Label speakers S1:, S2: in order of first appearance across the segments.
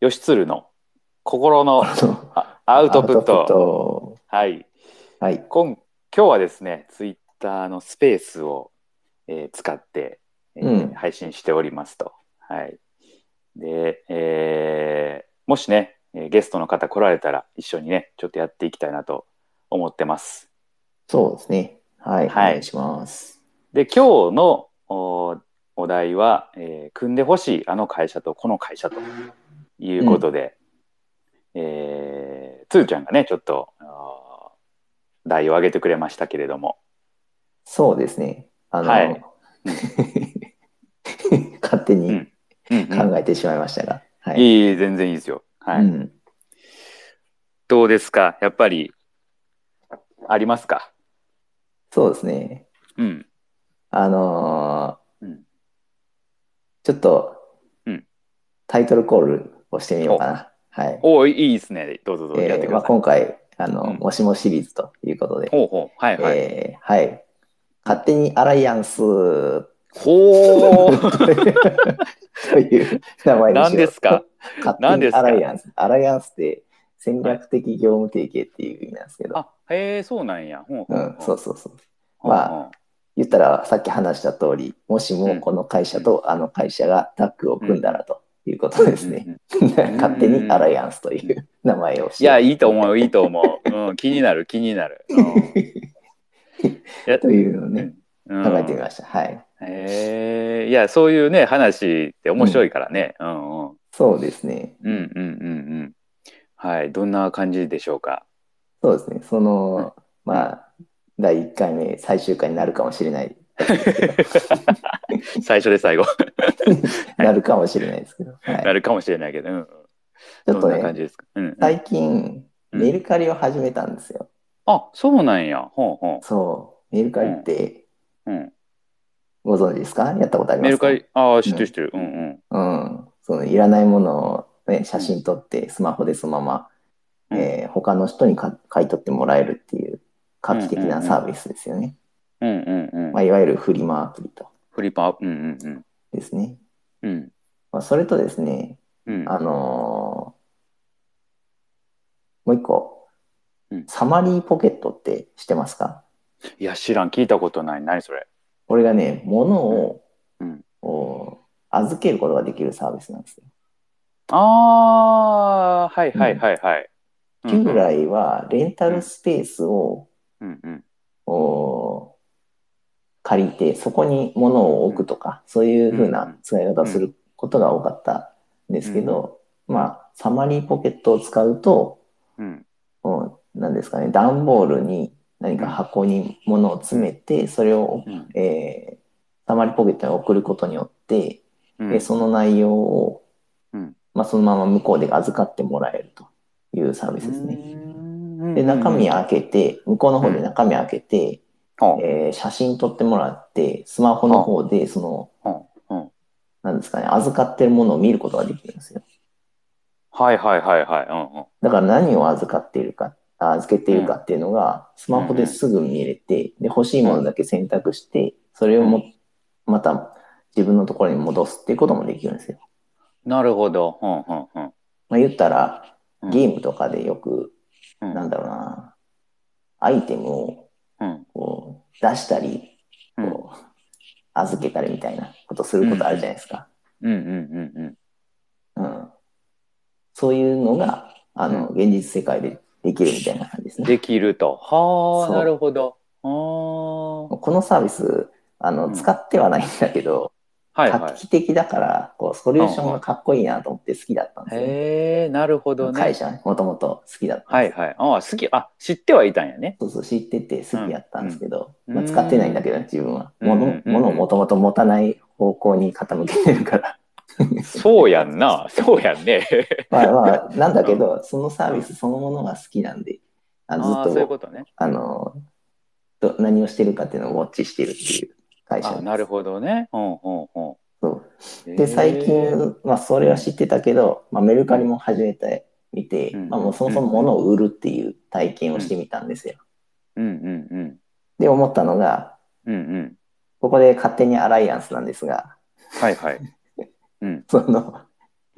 S1: 義鶴の心のあアウトプット。
S2: ト。
S1: はい。
S2: はい。
S1: 今今日はですね、ツイッターのスペースを、えー使って、えー
S2: うん
S1: 配信しておりますと。はい。で、えーもしね、えーゲストの方来られたら一緒にね、ちょっとやっていきたいなと思ってます。
S2: そうですね。はい。
S1: はい
S2: お願いします。
S1: で、今日のおお題は、えー組んでほしいあの会社とこの会社ということで、えーつーちゃんがね、ちょっと、あー題を挙げてくれましたけれども、
S2: そうですね。あの、
S1: はい
S2: 勝手に
S1: うんうん
S2: 考えてしまいましたが。はいい。
S1: いいい、全然いいですよ。はい。
S2: うん
S1: どうですかやっぱり、ありますか
S2: そうですね。
S1: うん。
S2: あのー
S1: うん
S2: ちょっと、
S1: うん
S2: タイトルコールをしてみようかな。はい。
S1: おお、いいですね。どうぞどうぞ、
S2: え
S1: やって
S2: ー
S1: く
S2: ま
S1: ださい。
S2: あ、今回、あの、
S1: うん
S2: もしもシリーズということで、
S1: ほうほう。はいはい。
S2: えーはい。勝手にアライアンス
S1: ほう。
S2: という名前にしよう
S1: 何ですか
S2: 勝
S1: 何
S2: 手
S1: です
S2: に
S1: か
S2: アライアンス。アライアンスって戦略的業務提携っていう意味なんですけど、
S1: あ、へえ、そうなんや。ほうほ
S2: う、
S1: うんほ
S2: そうそうそう。
S1: ほうほう
S2: 言ったらさっき話した通り、もしもこの会社とあの会社がタッグを組んだらということですね
S1: う。ん
S2: 勝手にアライアンスという名前をし
S1: いや、いいと思う、いいと思う。うん、気になる、気にな る。うんや
S2: というのをね、
S1: うん
S2: 考えてみました。はい。
S1: へえいや、そういうね、話って面白いからね。うんうん。
S2: そうですね。
S1: うんうんうんうん。はい、どんな感じでしょう か。
S2: そうですね。その、まあ、第1回目、最終回になるかもしれない、
S1: 最初で最後
S2: なるかもしれないですけど、はい
S1: なるかもしれないけど、うん、
S2: ちょっ
S1: ど
S2: と
S1: んな感
S2: ね、
S1: じですか。うんうん
S2: 最近、
S1: うん
S2: メルカリを始めたんですよ。
S1: あ、そうなんや。ほうほ
S2: そう、メルカリって
S1: う。うん、
S2: ご存知ですかやったことありま
S1: メ
S2: す
S1: ル
S2: か
S1: カリ、ああ、知ってる知ってる。うんうん。
S2: うん、そのいらないものを、ね、写真撮ってスマホでそのまま、
S1: うん
S2: えー他の人にか買い取ってもらえるっていう画期的なサービスですよね。
S1: うんうんうん。
S2: まあ、いわゆるフリマアプリと
S1: フリパー、うんうんうん。
S2: ですね。
S1: うん
S2: まあ、それとですね、
S1: うん、
S2: あのーもう一個
S1: うん、
S2: サマリーポケットって知ってますか
S1: いや知らん聞いたことない何それ
S2: これがね、物を、
S1: うん
S2: こう預けることができるサービスなんですよ。
S1: ああーはいはいはいはい、うん
S2: 従来はレンタルスペースを、
S1: うんうん
S2: こう借りて、そこに物を置くとか、そういうふうな使い方をすることが多かったんですけど、まあ、サマリーポケットを使うと、
S1: うん
S2: こうなんですかね、段ボールに何か箱に物を詰めて、それを、
S1: うん
S2: えーサマリーポケットに送ることによって、
S1: う
S2: で
S1: ん
S2: その内容を、
S1: うん
S2: まあ、そのまま向こうで預かってもらえるというサービスですね。
S1: ね
S2: で中身
S1: あ
S2: 開けて向こうの方で中身開けて、
S1: うん
S2: えー写真撮ってもらってスマホの方でその、
S1: うんうん
S2: なんですかね預かってるものを見ることができるんですよ。
S1: はいはいはいはいうんうん
S2: だから何を預かっているかあ預けているかっていうのがスマホですぐ見れて、で欲しいものだけ選択してそれをも、また自分のところに戻すっていうこともできるんですよ。
S1: なるほどうんうんうん
S2: まあ、言ったら
S1: うん
S2: ゲームとかでよく、
S1: うん
S2: なんだろうなアイテムを
S1: うん
S2: こう出したり
S1: うん
S2: こう預けたりみたいなことすることあるじゃないですか。
S1: うんうんうんうん
S2: うん、そういうのがあの現実世界でできるみたいな感じですね。
S1: できるとはあ
S2: そう
S1: なるほどあ
S2: このサービスあ
S1: う
S2: の
S1: ん
S2: 使ってはないんだけど、
S1: あはい
S2: 画
S1: は
S2: 期的だからこうソリューションがかっこいいなと思って好きだったん
S1: い
S2: ですよ、
S1: へえなるほどね
S2: 会社ねもともと好きだったん
S1: は
S2: で
S1: い
S2: す、
S1: はいああ好きあ知ってはいたんやね
S2: そうそう知ってて好きやったんですけど、
S1: うん
S2: まあ、使ってないんだけど自分は
S1: うん
S2: 物,、
S1: うん
S2: 物をもともと持たない方向に傾けてるから。
S1: そうやんなそうやんね
S2: まあまあ、なんだけど、そのサービスそのものが好きなんで、あのずっ
S1: ああ
S2: と
S1: そういうことね
S2: あのど、何をしてるかっていうのをウォッチしてるっていう会社
S1: あなるほどね。うんうんうん
S2: そう
S1: へ
S2: で、
S1: ー
S2: 最近、まあ、それは知ってたけど、まあ、メルカリも始めてみて、
S1: うん
S2: まあ、もうそもそも物を売るっていう体験をしてみたんですよ。
S1: うんうんうん
S2: で、思ったのが、
S1: うんうん
S2: ここで勝手にアライアンスなんですが、
S1: はいはい。
S2: その、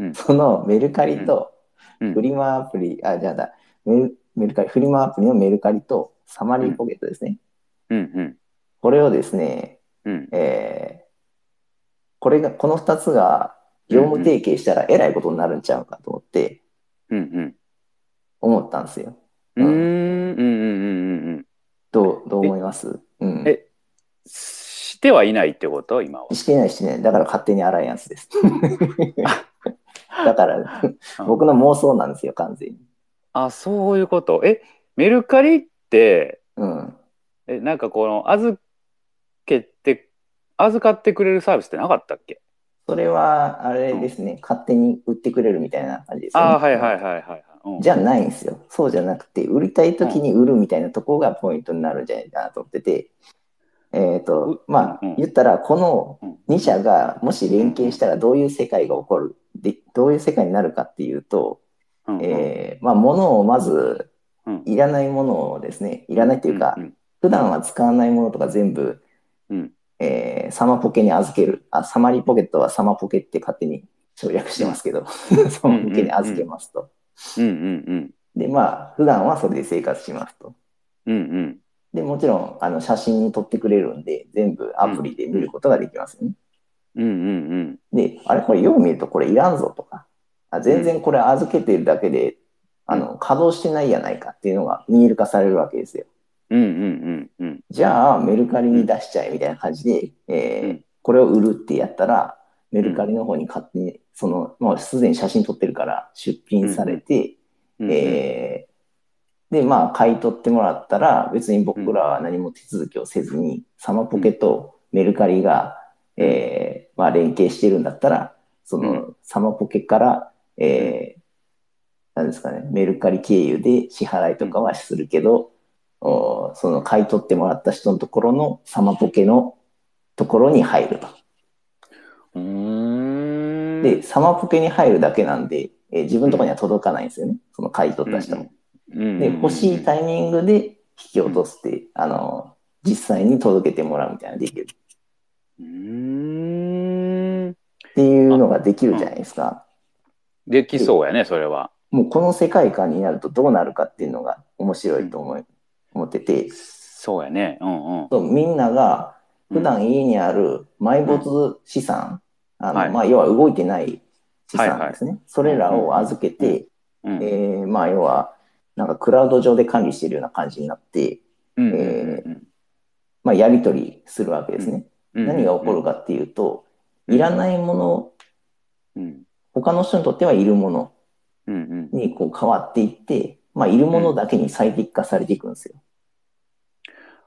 S1: うん
S2: そのメルカリと
S1: うん
S2: フリマアプリ、あ、じゃあだ、メルメルカリ、フリマアプリのメルカリとサマリーポケットですね。
S1: うん
S2: これをですね、
S1: うんうん
S2: えーこれが、この2つが業務提携したらえらいことになるんちゃうかと思って、
S1: うん
S2: 思ったんですよ。
S1: うんうーんうんうんうんうんうん
S2: どう、どう思いますうん。
S1: えしてはいないってこと今は
S2: してないしてない。だから勝手にアライアン スです。だから、僕の妄想なんですよ、完全に。
S1: あそういうことえメルカリって
S2: うん。
S1: えなんかこの預けて預かってくれるサービスってなかったっけ
S2: それは、あれですね、勝手に売ってくれるみたいな感じですよね、
S1: あーはいはいはいはい、うん、
S2: じゃないんですよ。そうじゃなくて、売りたい時に売るみたいなとこがポイントになるんじゃないかなと思ってて、えっ、と、まあ
S1: うん、
S2: 言ったら、この
S1: うん
S2: 2社がもし連携したらどういう世界が起こる、でどういう世界になるかっていうと、
S1: うん
S2: えーまあ、物をまず
S1: うん、
S2: いらないものをですね、いらないっていうか、
S1: ん
S2: 普段は使わないものとか全部、
S1: うん
S2: えーサマポケに預ける。あ、サマリポケットはサマポケって勝手に省略してますけど、 サマポケに預けますと。
S1: うんうん
S2: で、まあ、普段はそれで生活しますと。
S1: うんうんうん
S2: で、もちろん、あの、写真に撮ってくれるんで、全部アプリで見ることができますよね。
S1: うんうんうん
S2: で、あれ、これよく見るとこれいらんぞとか、あ全然これ預けてるだけで、あの、稼働してないやないかっていうのが見える化されるわけですよ。
S1: うんうんうんうん
S2: じゃあ、メルカリに出しちゃえみたいな感じで、えー
S1: うん
S2: これを売るってやったら、メルカリの方に勝手に、その、もうすでに写真撮ってるから出品されて、
S1: うん
S2: えーで、まあ、買い取ってもらったら、別に僕らは何も手続きをせずに、サマポケとメルカリが、
S1: うん
S2: えーまあ、連携してるんだったら、その、サマポケから、えーなんですかね、メルカリ経由で支払いとかはするけど、おその買い取ってもらった人のところのサマポケのところに入ると。
S1: うーん
S2: で、サマポケに入るだけなんで、えー自分のところには届かないんですよね、その買い取った人も。で、欲しい
S1: イ
S2: タイミングで引き落とすって、あの、実際に届けてもらうみたいなのができる
S1: プうーん
S2: っていうのができるじゃないですか。
S1: できそうやねそれは
S2: もうこの世界観になるとどうなるかっていうのが面白いと思い、思ってて、
S1: そうやねうんうん
S2: そうみんなが普段家にある埋没資産、あの、
S1: はい
S2: まあ、要は動いてない資産ですね。それらを預けて、
S1: うん
S2: えーまあ、要は、なんかクラウド上で管理してるような感じになって、
S1: うん
S2: えまあ、やり取りするわけですね。
S1: うん
S2: 何が起こるかっていうと、いらないもの、
S1: うん
S2: 他の人にとってはいるもの
S1: うんうん
S2: にこう変わっていって、まあ、いるものだけに最適化されていくんですよ。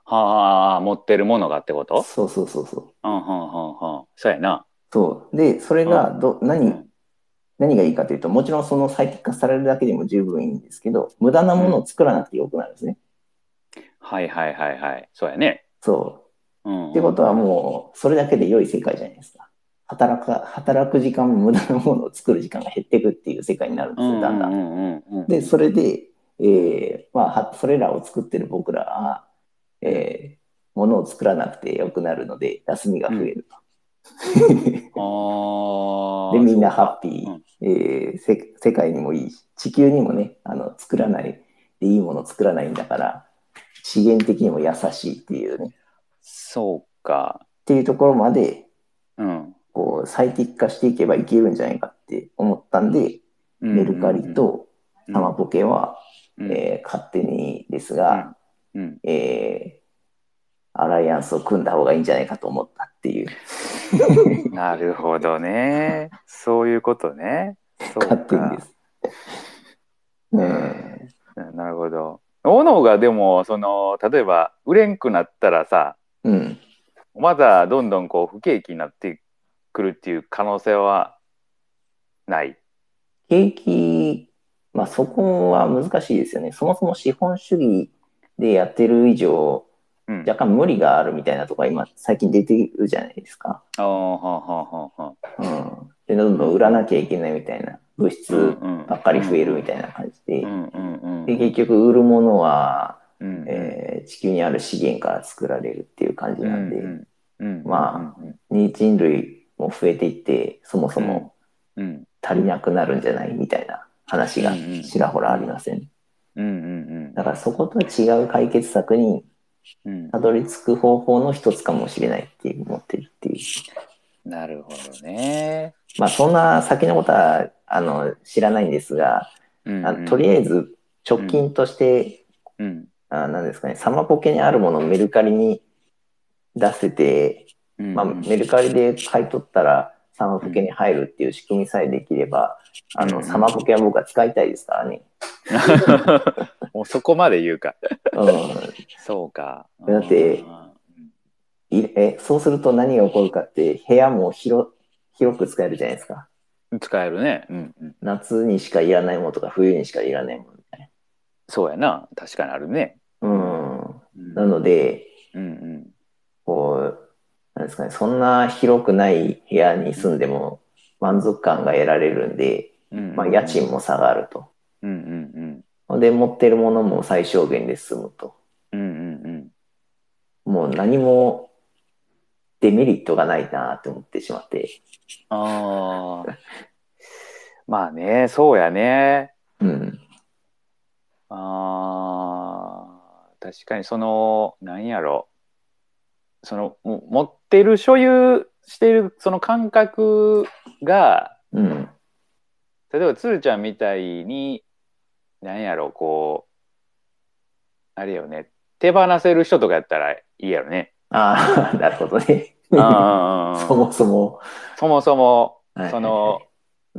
S1: はあ持ってるものがってこと
S2: そうそうそうそう。
S1: うんうんうんうんそうやな
S2: そうで、それがど、
S1: う
S2: 何
S1: ん、
S2: 何がいいかというと、もちろんその最適化されるだけでも十分いいんですけど、無駄なものを作らなくてよくなるんですね。
S1: はいはいはいはいそうやね
S2: そ
S1: うん
S2: う。ってことはもう、それだけで良い世界じゃないですか。働か、働く時間も無駄なものを作る時間が減っていくっていう世界になるんですよ、だんだん。
S1: うんうんうんうん
S2: で、それで、えーまあ、はそれらを作ってる僕らは、えー、ものを作らなくてよくなるので、休みが増える
S1: あ
S2: と。
S1: あ
S2: で、みんなハッピー、
S1: うん
S2: えーせ、世界にもいいし、地球にもね、あの作らない、でいいもの作らないんだから、資源的にも優しいっていうね、っ
S1: そうか
S2: ていうところまで、
S1: うん
S2: こう、最適化していけばいけるんじゃないかって思ったんで、メルカリと
S1: うん
S2: タマポケは、
S1: うん
S2: えー勝手にですが、
S1: うん
S2: えーアライアンスを組んだ方がいいんじゃないかと思ったっていう、
S1: なるほどねそういうことねそうか
S2: 勝手にです。うん
S1: なるほど斧がでもその例えば売れんくなったらさ
S2: うん。
S1: まだどんどんこう不景気になってくるっていう可能性はない。
S2: 景気、まあそこは難しいですよね。そもそも資本主義でやってる以上、
S1: うん、
S2: 若干無理があるみたいなとこが今最近出てるじゃないですか。
S1: ああはあはあはあはあ
S2: うん。で、どんどん売らなきゃいけないみたいな、物質ばっかり増えるみたいな感じで
S1: う。んうんうん
S2: で、結局売るものは、
S1: うん
S2: えー地球にある資源から作られるっていう感じなんで。
S1: うんうんうん
S2: まあに人類も増えていって、そもそも
S1: うん
S2: 足りなくなるんじゃないみたいな話が
S1: うんうん
S2: ちらほらありません。
S1: うんうん
S2: だからそことは違う解決策に
S1: うんうん
S2: たどり着く方法の一つかもしれないって思ってるっていう。
S1: なるほどね。
S2: まあそんな先のことはあの知らないんですが、
S1: うん
S2: あとりあえず直近として、
S1: うん
S2: あなんですかね、サマポケにあるものをメルカリに出せて、
S1: うん
S2: まあ、メルカリで買い取ったらサマポケに入るっていう仕組みさえできれば、あ
S1: う
S2: の
S1: ん
S2: サマポケは僕は使いたいですからね。
S1: もうそこまで言うか。
S2: う
S1: そうか。
S2: だってん、い えそうすると何が起こるかって部屋も広広く使えるじゃないですか。
S1: うん使えるね。うんうん
S2: 夏にしかいらないものとか冬にしかいらないものみたい
S1: そうやな。確かにあるね。
S2: な。うん
S1: うん
S2: なので、
S1: うん
S2: こう、なんですかね、そんな広くない部屋に住んでも満足感が得られるんで、
S1: うん。
S2: まあ、家賃も下がると。
S1: うんうん
S2: で、持ってるものも最小限で済むと。
S1: うん。うんうんうん。
S2: もう何もデメリットがないなって思ってしまって。
S1: ああ。 まあね、そうやね。
S2: うん。
S1: あー確かにそのなんやろそのも持ってる所有してるその感覚が
S2: うん。
S1: 例えばつるちゃんみたいになんやろこうあれよね手放せる人とかやったらいいやろね。
S2: ああ、 なるほどね。 そ
S1: そ
S2: もそも。
S1: もそも
S2: はい
S1: その、
S2: うん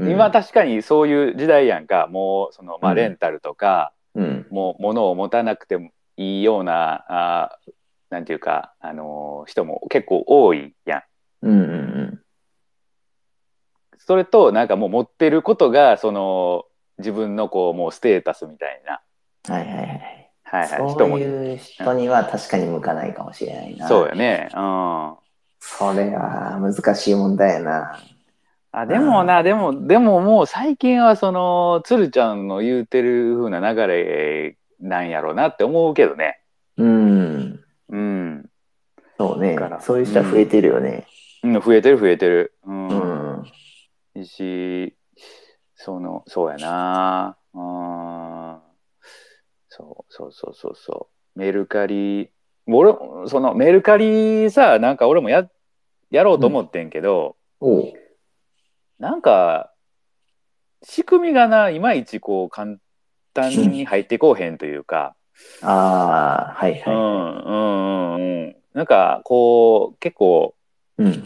S1: 今、確かにそういう時代やんかもうその、まあ、
S2: うん
S1: レンタルとか。
S2: うん。
S1: もう物を持たなくてもいいようなあーなんていうか、あのー人も結構多いやん。
S2: うんうん
S1: それとなんかもう持ってることがその自分のこうもうステータスみたいな、
S2: うん。はいはいはい。
S1: はいはい、人
S2: そう
S1: も
S2: いう人には確かに向かないかもしれないな。
S1: そうよね。うん
S2: それは難しい問題やな。
S1: あでもな、でもでももう最近はそのつるちゃんの言うてる風な流れなんやろうなって思うけどね。
S2: うん。
S1: うん、
S2: そうね
S1: だから。
S2: そういう人は増えてるよね。
S1: うん増えてる増えてる。
S2: う、ん。
S1: いいし、その、そうやなうん。そうそうそうそうそう。メルカリ、俺、そのメルカリさ、なんか俺もや、やろうと思ってんけど、
S2: おう
S1: なんか、仕組みがな、いまいちこう、簡単に入ってこうへんというか、
S2: ああ、はいうは
S1: ん、うん、うん、うん。なんか、こう、結構
S2: い。うん。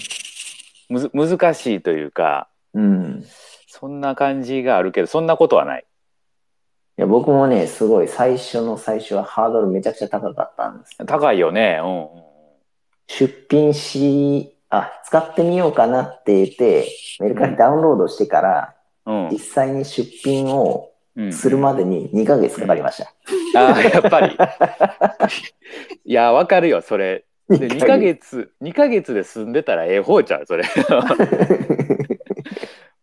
S1: むず、難しいというか、
S2: うん。い
S1: そんな感じがあるけど、そんなことはない。
S2: や僕もね、すごい最初の最初はハードルめちゃくちゃ高かったんです。
S1: 高いよね、うんうんうん。
S2: 出品し、あ、使ってみようかなって言って、メルカリダウンロードしてから、
S1: うん
S2: 実際に出品を
S1: うん
S2: するまでに2ヶ月かかりました。
S1: ああやっぱり いやわかるよそれで2ヶ月2ヶ月で住んでたらええ方ちゃうそれ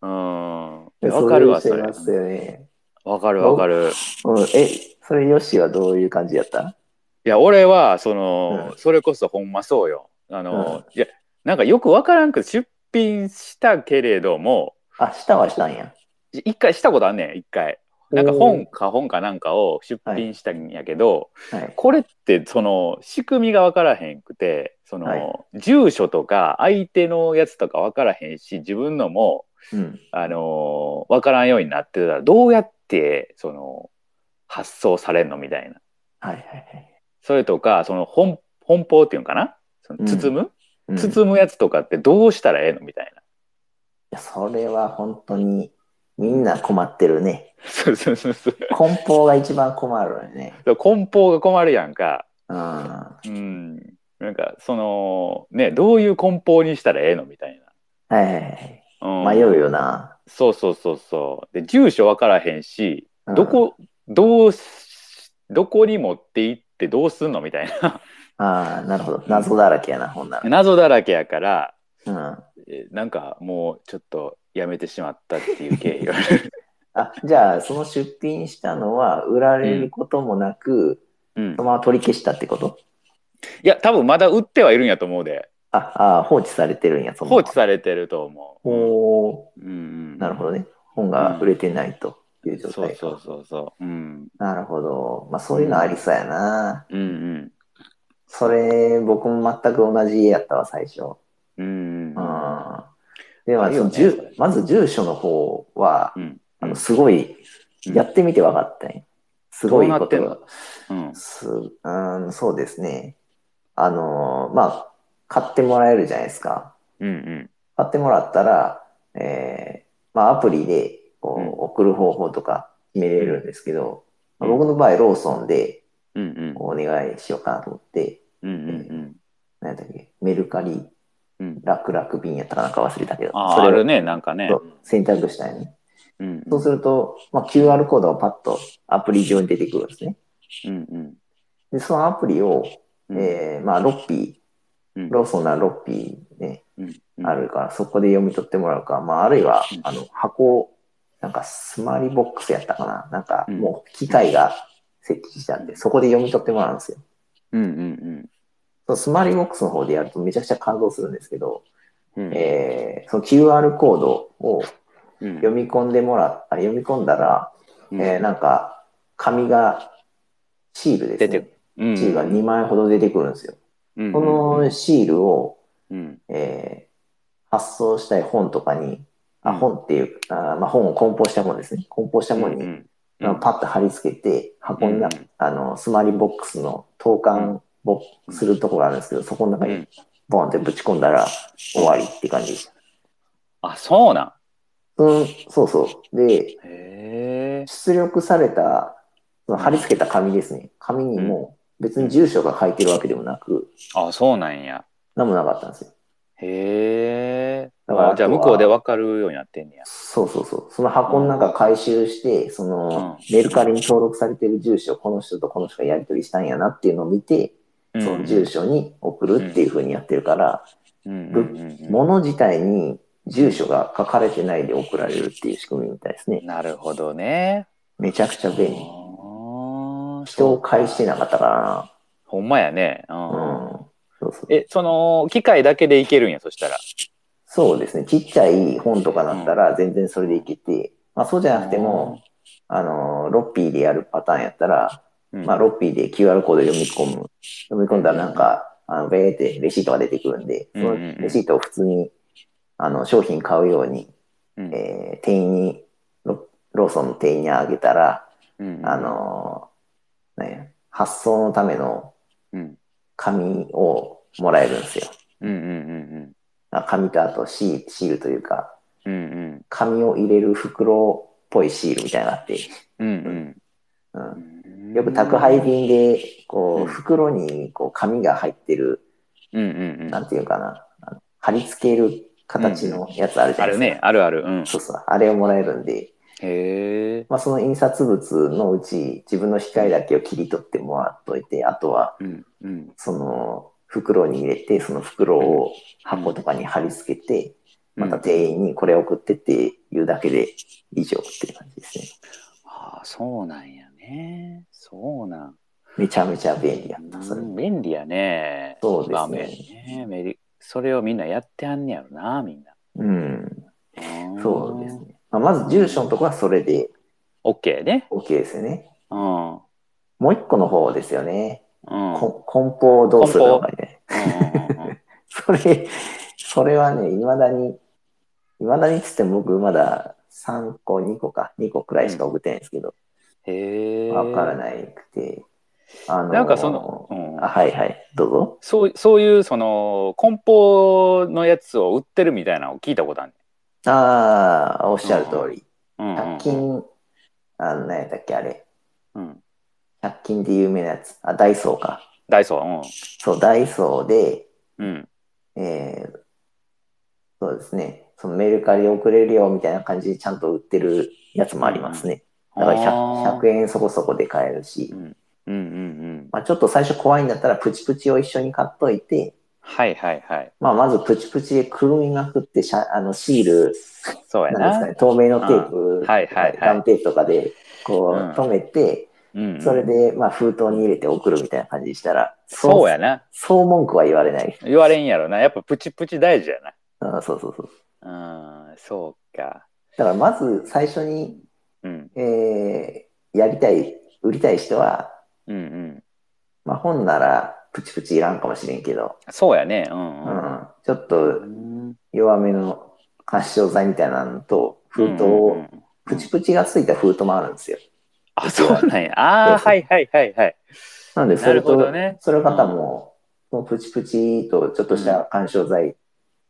S1: うん わかるわそれ
S2: そういう人いますよね。
S1: わかるわかる
S2: うん、え、それヨッシーはどういう感じやった
S1: いや俺はその、
S2: うん
S1: それこそほんまそうよあの、いやなんかよくわからんくて出品したけれども
S2: あ、したはしたんや。
S1: 一回したことあんねん一回なんか本か本かなんかを出品したんやけど、
S2: はい。
S1: これってその仕組みが分からへんくてその、
S2: はい
S1: 住所とか相手のやつとか分からへんし自分のも、
S2: うん。
S1: あのー分からんようになってたらどうやってその発送されんのみたいな
S2: はいはいはい。
S1: それとかその本本包っていうんかなその包む、
S2: うん
S1: 包むやつとかってどうしたらええのみたいな。
S2: いやそれは本当にみんな困ってるね。
S1: そうそうそうそう
S2: 梱包が一番困るよね。
S1: 梱包が困るやんか、
S2: うん。
S1: うん、なんかそのねどういう梱包にしたらええのみたい
S2: はいはい
S1: な、うん
S2: はい。迷うよな。
S1: そうそうそうそう。で住所分からへんし、
S2: うん
S1: どこどうしどこに持って行ってどうすんのみたいな
S2: ああ、なるほど。謎だらけやな、ほんなら。
S1: 謎だらけやから
S2: うん。
S1: えなんかもうちょっとやめてしまったっていう経緯があ る。
S2: あ、じゃあ、その出品したのは売られることもなく、
S1: うん
S2: その、まま取り消したってこと
S1: いや多分まだ売ってはいるんやと思うで
S2: あ、あー放置されてるんや、その
S1: 放置されてると思う。
S2: おー
S1: うんうん
S2: なるほどね。本が売れてないという状
S1: そう
S2: 態
S1: そう
S2: か。
S1: そうそう。うん。
S2: なるほど。まあそういうのありそうやな。
S1: うんうん。
S2: それ、僕も全く同じやったわ、最初。
S1: うんうん。
S2: うん。では、
S1: あるよ
S2: その
S1: ね
S2: 住
S1: それ
S2: まず住所の方は、
S1: うん
S2: あのすごい、
S1: うん
S2: やってみて分かったんよすごい
S1: どうな
S2: こ
S1: ってん
S2: と
S1: の
S2: が。
S1: うん。
S2: すうん、そうですね。あの、まあ、買ってもらえるじゃないですか。
S1: うん
S2: 買ってもらったら、えーまあ、アプリでこう
S1: うん
S2: 送る方法とか決めれるんですけど、
S1: うん
S2: まあ僕の場合、ローソンで
S1: うん。うんうん。
S2: こうお願いしようかなと思って、
S1: うんうん
S2: 何だっけ、メルカリ、
S1: うん。うん。
S2: 楽々便やったかなんか忘れたけど、
S1: あ
S2: そ
S1: あ、
S2: れ
S1: あ
S2: を
S1: るね、なんかね
S2: そ。う選択したよね。
S1: うん
S2: そうすると、まあ、QR コードがパッとアプリ上に出てくるんですね。
S1: うんうん
S2: で、そのアプリを、
S1: うん。
S2: えーまあ、ロッピ
S1: うん
S2: ー、ローソンならロッピーね、
S1: うん
S2: あ。るから、そこで読み取ってもらうか、まあ、あるいは
S1: うん、
S2: あの、箱、なんか、スマリボックスやったかななんか、
S1: うん
S2: もう、機械が設置してあって、そこで読み取ってもらうんですよ。
S1: うんうん
S2: そのスマリボックスの方でやるとめちゃくちゃ感動するんですけど、
S1: うんうん。
S2: えーその QR コードを
S1: 読
S2: 読み込んでもらった、読み込んだら、えーなんか、紙が、シールです
S1: 出
S2: ね
S1: て。うん
S2: シールが2枚ほど出てくるんですよ。
S1: うん
S2: このシールを、
S1: うん
S2: えー発送したい本とかに、あ、
S1: うん
S2: 本っていう、あーまあ、本を梱包したもんですね。梱包したもん
S1: う
S2: に、
S1: んうん
S2: まあ、パッと貼り付けて、箱の中、
S1: うん
S2: あの、スマリボックスの投函ボックスするとこがあるんですけど、そこの中
S1: う
S2: に
S1: ん、
S2: ボンってぶち込んだら終わりって感じでした。
S1: あ、そうなん。
S2: うん、そうそう。で、
S1: へえ。
S2: 出力された、その貼り付けた紙ですね。紙にも別に住所が書いてるわけでもなく、
S1: あ、そうなんや。
S2: なんもなかったんですよ。
S1: へえ。
S2: だから
S1: あじゃあ向こうで分かるようになってんねや。
S2: そうそうそう。その箱の中回収して、そのメルカリに登録されてる住所、この人とこの人がやり取りしたんやなっていうのを見て、
S1: うん
S2: その住所に送るっていう風にやってるから、
S1: うんうんうんう
S2: 物自体に住所が書かれてないで送られるっていう仕組みみたいですね
S1: ん。。なるほどね。
S2: めちゃくちゃ便
S1: あ
S2: 利。
S1: ー
S2: 人
S1: そ
S2: を
S1: う
S2: 介してなかったか
S1: ほんまやね。う
S2: ら
S1: ん
S2: な。うん。そうそう。
S1: え、その、機械だけでいけるんや、そしたら。
S2: そうですね。ちっちゃい本とかだったら全然それでいけて、まあそうじゃなくても、あの、ロッピーでやるパターンやったら、
S1: うん
S2: まあロッピーで QR コード読み込む。読み込んだらなんか、あの、べーってレシートが出てくるんで、その
S1: うんうんうん
S2: レシートを普通に、あの、商品買うように、
S1: うん
S2: えー店員に、ロローソンの店員にあげたら、
S1: うんうん
S2: あの、なんや、発送のための
S1: うん
S2: 紙をもらえるんですよ。
S1: うんうん
S2: あ紙とあとシーシールというか、
S1: うんうん
S2: 紙を入れる袋っぽいシールみたいなのがあって、
S1: うんうん
S2: う
S1: うん
S2: ん、よく宅配便で、
S1: う
S2: こ
S1: ん
S2: う、袋にこう紙が入ってる、
S1: うんうんうん
S2: なんていうかな、あの貼り付ける形のやつあるじゃ
S1: あ
S2: ないで
S1: る
S2: すか。
S1: ね、あるある。うん。
S2: そうそう、あれをもらえるんで、
S1: へえ。
S2: まあ、その印刷物のうち自分の光だけを切り取ってもらっといて、あとは
S1: うんうん
S2: その袋に入れて、その袋を箱とかに貼り付けて、
S1: うん
S2: また店員にこれ送ってっていうだけで以上っていう感じですね。
S1: ああ、そうなんやね。そうなん。
S2: めちゃめちゃ便利やった、それ。
S1: うん便利やね。
S2: そうですね
S1: 場面ねメリそれをみんなやってあんねやろな、みんな。
S2: うん、
S1: ん
S2: そうです。ね。まあ、まず住所のところはそれで
S1: OK ね。
S2: OK ですよね。
S1: うん。うん
S2: もう一個の方ですよね。
S1: うんうんうん
S2: こ梱包をどうするのかね。
S1: うん
S2: それ、それはね、未だに、未だにっつっても僕まだ3個、2個か、2個くらいしか送ってないんですけど、
S1: へえ。
S2: わ、からないくて。あのー
S1: なんかその、うん
S2: あ、はいはい、どうぞ。
S1: そうそういうその梱包のやつを売ってるみたいなのを聞いたことあるね
S2: ああ、おっしゃる通り。
S1: うんうん
S2: 100均、あの、何やったっけ、あれ。
S1: うん
S2: 100均で有名なやつ。あ、ダイソーか。
S1: ダイソー、
S2: そう、ダイソーで、
S1: うん。うん。
S2: えーそうですね、そのメルカリ送れるよみたいな感じでちゃんと売ってるやつもありますね。だから 100, 100円そこそこで買えるし、
S1: うんうんうん。
S2: まあ、ちょっと最初怖いんだったらプチプチを一緒に買っといて、
S1: はいはいはい。
S2: まあ、まずプチプチでくるみまくってシャあのシール、
S1: そうや
S2: なんです
S1: な。
S2: かね、透明のテープ、
S1: んはいはいはい
S2: ガムテープとかでこ
S1: うん
S2: う止めて、
S1: うんうん
S2: それでまあ封筒に入れて送るみたいな感じにしたら、
S1: そうやな。
S2: そう文句は言われない。
S1: 言われんやろな。やっぱプチプチ大事や
S2: うん、そうそうそう。
S1: な。うん、そうか。
S2: だからまず最初に、
S1: うん。
S2: えーやりたい、売りたい人は、
S1: うんうん。
S2: まあ本ならプチプチいらんかもしれんけど、
S1: そうやね。うんう
S2: う
S1: ん。
S2: ん、ちょっと弱めの発祥剤みたいなのと、封筒
S1: うんうんう
S2: を、
S1: ん
S2: プチプチがついた封筒もあるんですよ。
S1: あ、そうなんや。ああ、
S2: そうそう
S1: はいはいはいはい。
S2: なんでそ
S1: な
S2: れ
S1: るほ
S2: と、
S1: どね
S2: それ方も、もうプチプチとちょっとした緩衝剤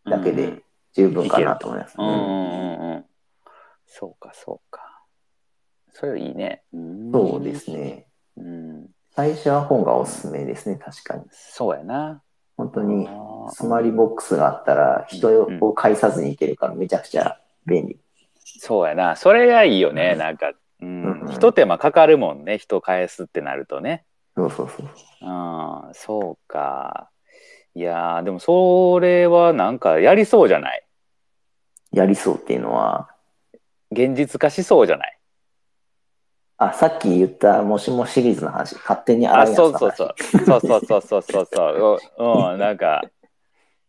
S2: だけ
S1: うん
S2: で十分かなと思います。
S1: うんうんうんうん。そうかそうか。それいいね。
S2: そうで。すね。
S1: うん。
S2: 最初は本がおすすめですね、確かに。
S1: そうやな。
S2: 本当に
S1: あ、ー
S2: スマリボックスがあったら、人を介さずに行けるから、めちゃくちゃ便利。
S1: そうやな。それがいいよね。
S2: うん
S1: なんか、う。
S2: うんうんん
S1: ひと手間かかるもんね。人返すってなるとね。
S2: そうそうそう。
S1: うん。そうか。いやーでもそれはなんかやりそうじゃない。
S2: やりそうっていうのは、
S1: 現実化しそうじゃない。
S2: あ、さっき言った、もしもシリーズの話、勝手に洗
S1: あ、
S2: いやつ
S1: そ
S2: の
S1: う
S2: 話
S1: そうそう。そうそうそうそうそうそう。 うんうん。なんか。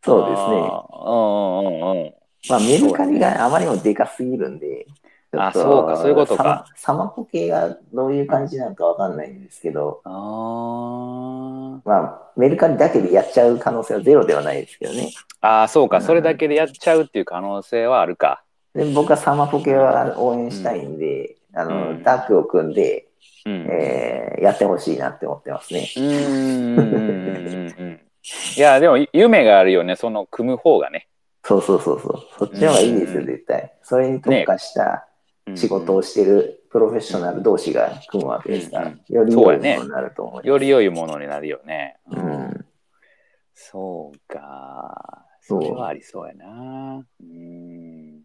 S2: そうですね。
S1: うんうんうんうん。
S2: まあ、メルカリがあまりにもでかすぎるんで、ちょっと
S1: あそうかそういうことか。
S2: サマサマポケがどういう感じなのかわかんないんですけど、
S1: あー
S2: まあ、メルカリだけでやっちゃう可能性はゼロではないですけどね。
S1: あーそうか、
S2: うん
S1: それだけでやっちゃうっていう可能性はあるか。
S2: で僕はサマポケは応援したいんで、あの、
S1: うん
S2: ダークを組んで、
S1: うん。
S2: えーやってほしいなって思ってますね。
S1: うーんうんうんうんうんいやでも夢があるよねその組む方がね、
S2: そうそうそうそう。そっちの方がいいです
S1: う
S2: よ、
S1: ん
S2: 絶対。それに特化した
S1: うん
S2: 仕事をしてるプロフェッショナル同士が組むわけですから、
S1: うん
S2: より
S1: そう
S2: 良
S1: や
S2: いも
S1: ね
S2: のになると思います。
S1: より良いものになるよね、
S2: うん
S1: そうか
S2: そ
S1: そうれはありそうやなうん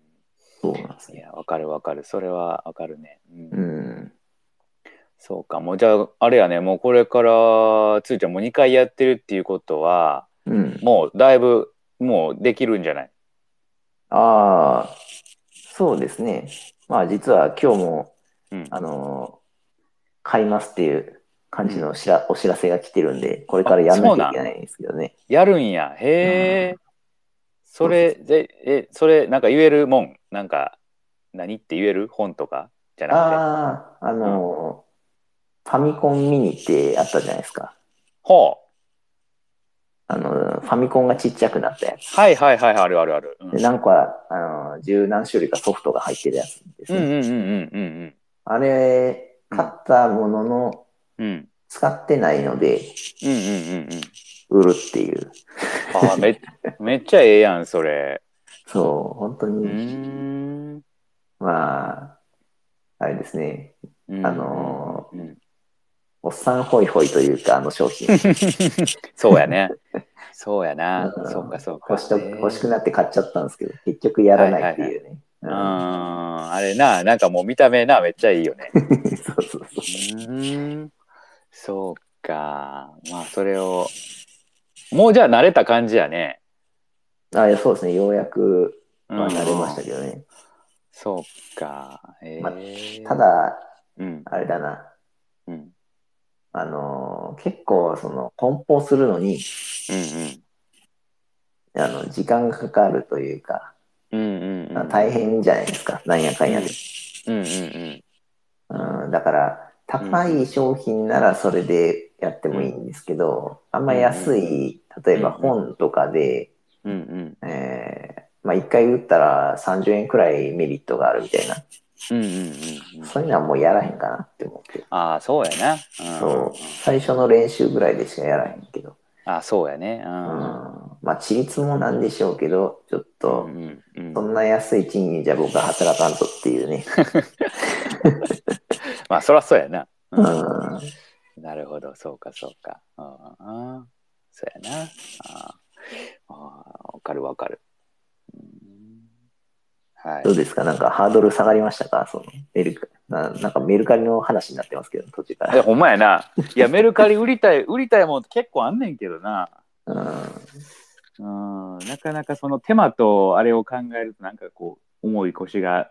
S2: そうなんです
S1: い
S2: ね。
S1: やわかるわかるそれはわかるね、うん
S2: うん。
S1: そうかもうじゃああれやねもうこれからつーちゃんもう2回やってるっていうことは
S2: うん。
S1: もうだいぶもうできるんじゃない
S2: ああ、そうですね。まあ実は今日も、
S1: うん
S2: あのー買いますっていう感じのしら、お知らせが来てるんで、これからやんなきゃいけないんですけどね。
S1: やるんや。へえ。それ
S2: そ
S1: で、え、それ、なんか言えるもん。なんか、何って言える本とかじゃなくて。
S2: ああ、あのーファミコンミニってあったじゃないですか。
S1: ほう。
S2: あのーファミコンがちっちゃくなったやつ。
S1: はいはいはいはい、あるあるある。うん
S2: で、なんか、あのー十何種類かソフトが入ってるやつです
S1: う
S2: ね。
S1: んうんうんうんうん
S2: あれ、買ったものの、
S1: うん。うん
S2: 使ってないので、
S1: うんうんうんうん。
S2: 売るっていう。
S1: あー めめっちゃええやん、それ。
S2: そう、本当
S1: う
S2: に。
S1: ーん。
S2: まあ、あれですね、
S1: うん
S2: あの
S1: うん
S2: おっさんホイホイというか、あの商 品、
S1: そうやね。そうやな
S2: う。ん
S1: そうかそうか。
S2: 欲しと
S1: へえ
S2: 欲しくなって買っちゃったんですけど、結局やらないっていうね。
S1: うん。あれな、なんかもう見た目な、めっちゃいいよね。
S2: うん そうそうそう
S1: う。ーんそうか。まあ、それを。もうじゃあ慣れた感じやね。
S2: あいやそうですね、ようやく、
S1: うん
S2: まあ、慣れましたけどね。
S1: そうか。えー
S2: た、だ、
S1: うん、
S2: あれだな、
S1: うん、うん、
S2: あのー結構、その、梱包するのに、あの、時間がかかるというか、
S1: うん、うん、うん、
S2: 大変じゃないで すか、なんやかんやで。
S1: うん、うん、うん、
S2: うん、だから、高い商品ならそれでやってもいいんですけど、あんま安い、例えば本とかで、
S1: うん、うん、
S2: えーまあ一回売ったら30円くらいメリットがあるみたいな、
S1: うん、うん、うん。
S2: そういうのはもうやらへんかなって思って。
S1: ああ、そうやな。
S2: そう。
S1: ん
S2: 最初の練習ぐらいでしかやらへんけど。
S1: ああ、そうやね。う
S2: うん
S1: ん。
S2: まあ、ちりつもなんでしょうけど、ちょっと
S1: う、ん、うん
S2: そんな安い賃金じゃ僕は働かんとってい うね。
S1: まあ、そらそうやな。
S2: う。
S1: うんんなるほど、そうか、そうか。ああ、そうやな。ああ、わかるわかる。うんはい
S2: ど。うですかなんかハードル下がりましたかそのメルカななんかメルカリの話になってますけど、途中から
S1: え、。ほんまやな。いや、メルカリ売りたい、 売りたいもん結構あんねんけどな。
S2: う
S1: うん、なかなかその手間とあれを考えると、なんかこう、重い腰が。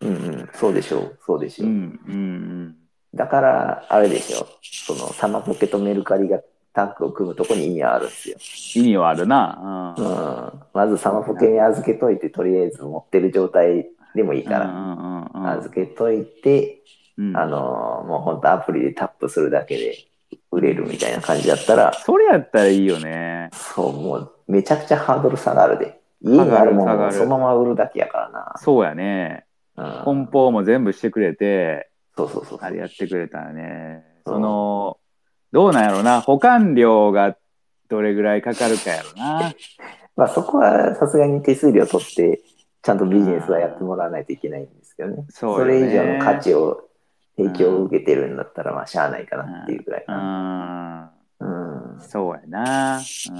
S2: んうん、そうでしょう、そうでし
S1: う
S2: ょう。
S1: ん、うん、
S2: だから、あれでしょう、そのサマポケとメルカリがタッグを組むとこに意味はあるんですよ。
S1: 意味はあるな。
S2: うん、まずサマポケに預けといて、とりあえず持ってる状態でもいいか
S1: う
S2: ら、
S1: んうんうんうん
S2: 預けといて、
S1: うん
S2: あのーもう本当アプリでタップするだけで売れるみたいな感じだったら、
S1: それやったらいいよね。
S2: そう、もうめちゃくちゃハードル下がるで。家にあるも
S1: 下が
S2: のを
S1: る
S2: そのまま売るだけやか
S1: そうやね。
S2: らな。うん、
S1: 梱包も全部してくれて、
S2: そうそうそう。
S1: あれやってくれたらね。
S2: うん
S1: その、どうなんやろな。保管料がどれぐらいかかるかやろな。
S2: まあそこはさすがに手数料取って、ちゃんとビジネスはやってもらわないといけないんですけどね。
S1: そうよね
S2: れ以上の価値を提供を受けてるんだったら、まあしゃあないかなっていうぐらいかな。
S1: うん。
S2: うん。
S1: そうやな。うん。
S2: そ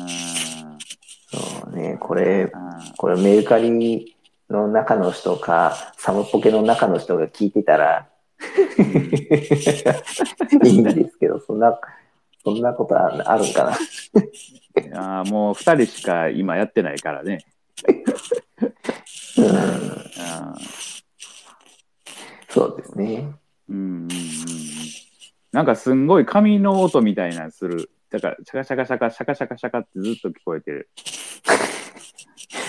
S2: うね、これ、
S1: うん
S2: これメルカリの中の人か、サムポケの中の人が聞いてたら、いいんですけど、そんな、そんなことはあるんかな。
S1: あーもう2人しか今やってないからね。
S2: うん
S1: あー
S2: そうですね。
S1: うんうんうんうんなんかすんごい紙の音みたいなのする。だからシャカシャカシャカシャカシャカシャカってずっと聞こえてる。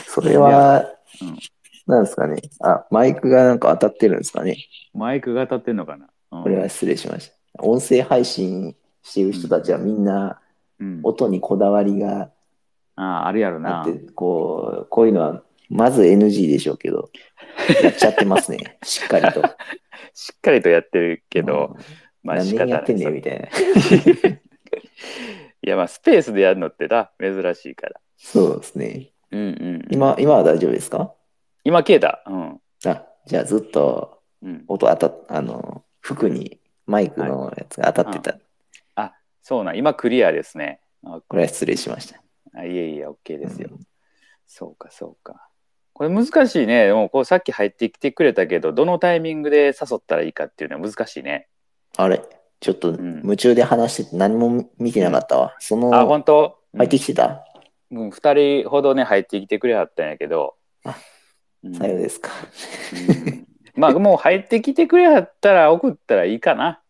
S2: それは
S1: うん、
S2: なんですかね。あ、マイクがなんか当たってるんですかね。
S1: マイクが当たってんのかな、うん
S2: これは失礼しました。音声配信してる人たちはみんな
S1: うん、
S2: 音にこだわりが
S1: あああるやろ
S2: あっ
S1: な
S2: て。、こう、こういうのはまず NG でしょうけど、やっちゃってます ね。しっかりと。
S1: しっかりとやってるけど、まあ
S2: 何
S1: 仕
S2: 年
S1: 方な
S2: やっ
S1: い
S2: てんね
S1: そ
S2: ん
S1: れ
S2: みたいな。
S1: いやまあスペースでやるのってな、珍しいから。
S2: そうですね。
S1: うんうん、
S2: 今、今は大丈夫ですか
S1: 今消えた。うん
S2: あ、じゃあずっと
S1: うん、
S2: 音当たっ、あの、服にマイクのやつが当たってた。
S1: そうなん、今クリアですね。あ
S2: これは失礼しました。
S1: あいえいえ、OK ですよ。
S2: うん
S1: そうか、そうか。これ難しいね。でもうこうさっき入ってきてくれたけど、どのタイミングで誘ったらいいかっていうのは難しいね。
S2: あれちょっと
S1: ん
S2: 夢中で話してて何も見てなかったわ。その、
S1: あ、本当
S2: 入ってきてた、
S1: うん、うん2人ほどね、入ってきてくれはったんやけど。
S2: あ
S1: うん
S2: さようですか。
S1: うんまあ、もう入ってきてくれはったら送ったらいいかな。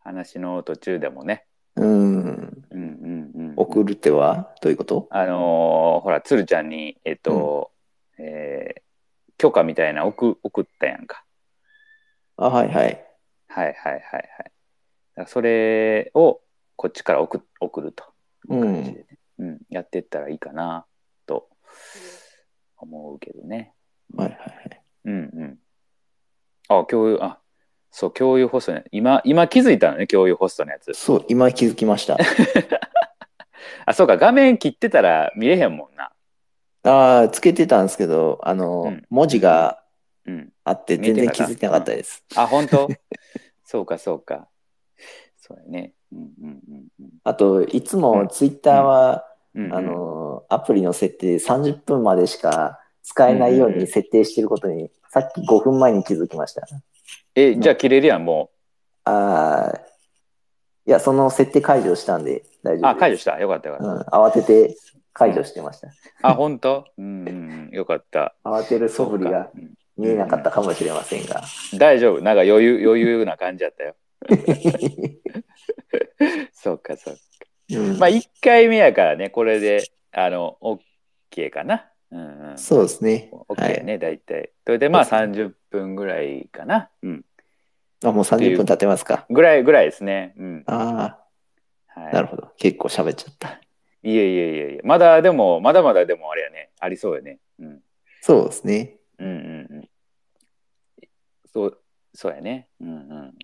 S1: 話の途中でもね。
S2: うん。
S1: うんうんうん。
S2: 送るってはどういうこと
S1: あのーほら、鶴ちゃんに、えっと、えー許可みたいなの送送ったやんか。
S2: あ、はいはい。
S1: はいはいはいはい。だからそれをこっちから送送ると、
S2: うん。
S1: うん、やってったらいいかなと思うけどね。
S2: はいはいはい。
S1: うんうん。あ、共有、あ、そう、共有ホストね。今、今気づいたのね、共有ホストのやつ。
S2: そう、今気づき ました。
S1: あ、そうか、画面切ってたら見れへんもんな。
S2: ああ、つけてたんですけど、あの、
S1: うん
S2: 文字が
S1: うん。
S2: あって全
S1: 見
S2: 然
S1: えて
S2: 気
S1: なかった
S2: づいてなかったです。
S1: あ、本当そうか、そうか。そうやね。うんうんうんうん
S2: あと、いつ
S1: う
S2: も
S1: ん
S2: ツイッターは、
S1: うんうん。
S2: あの、アプリの設定30分までしか使えないように設定してることに、さっき5分前に気づきました。
S1: え、じゃあ切れるやん、も
S2: ああ、いや、その設定解除したんで大
S1: う。
S2: 丈夫
S1: あ、解除
S2: し
S1: した。よかったよかった。
S2: うん、慌てて解除してました。
S1: あ、本当うんうんうん。よかった。
S2: 慌てる素振りが
S1: そうかうん
S2: 見えなかったかもしれませんが。
S1: 大丈夫。なんか余裕、余裕な感じやったよ。 そうか、そうか。
S2: うん
S1: まあ、1回目やからね、これで、あの、OK かな。うんうん。
S2: そうですね。は
S1: OK
S2: い。
S1: ね、大体。それで、まあ、
S2: そうで
S1: 30分ぐらいかな。うん。
S2: あ、もう30分経ってますか。
S1: ぐらい、ぐらいですね。うん。
S2: あ
S1: は
S2: あ、
S1: い。
S2: なるほど。結構喋っちゃった。
S1: いえいえいえいえ。まだ、でも、まだまだでもあれやね。ありそうやね。うん。
S2: そうですね。
S1: うんうんうん。そう、そうやね。うんうんうん。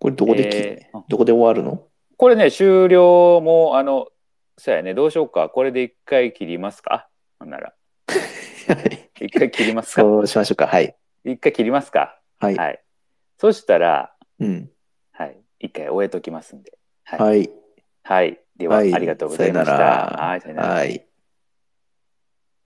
S2: これどこで切、
S1: えーあ
S2: どこで終わるの
S1: これね、終了も、あの、そうやね、どうしようか。これで一回切りますかほんなら。
S2: はい
S1: 一回切りますか
S2: そうしましょうか。はい。
S1: 一回切りますか
S2: はい。
S1: はい。そしたら、
S2: うん。
S1: はい。一回終えときますんで。はい。
S2: はい。
S1: はい。では、
S2: はい
S1: ありがとうございまし
S2: さよなら
S1: た。はい、さよなら。
S2: はい。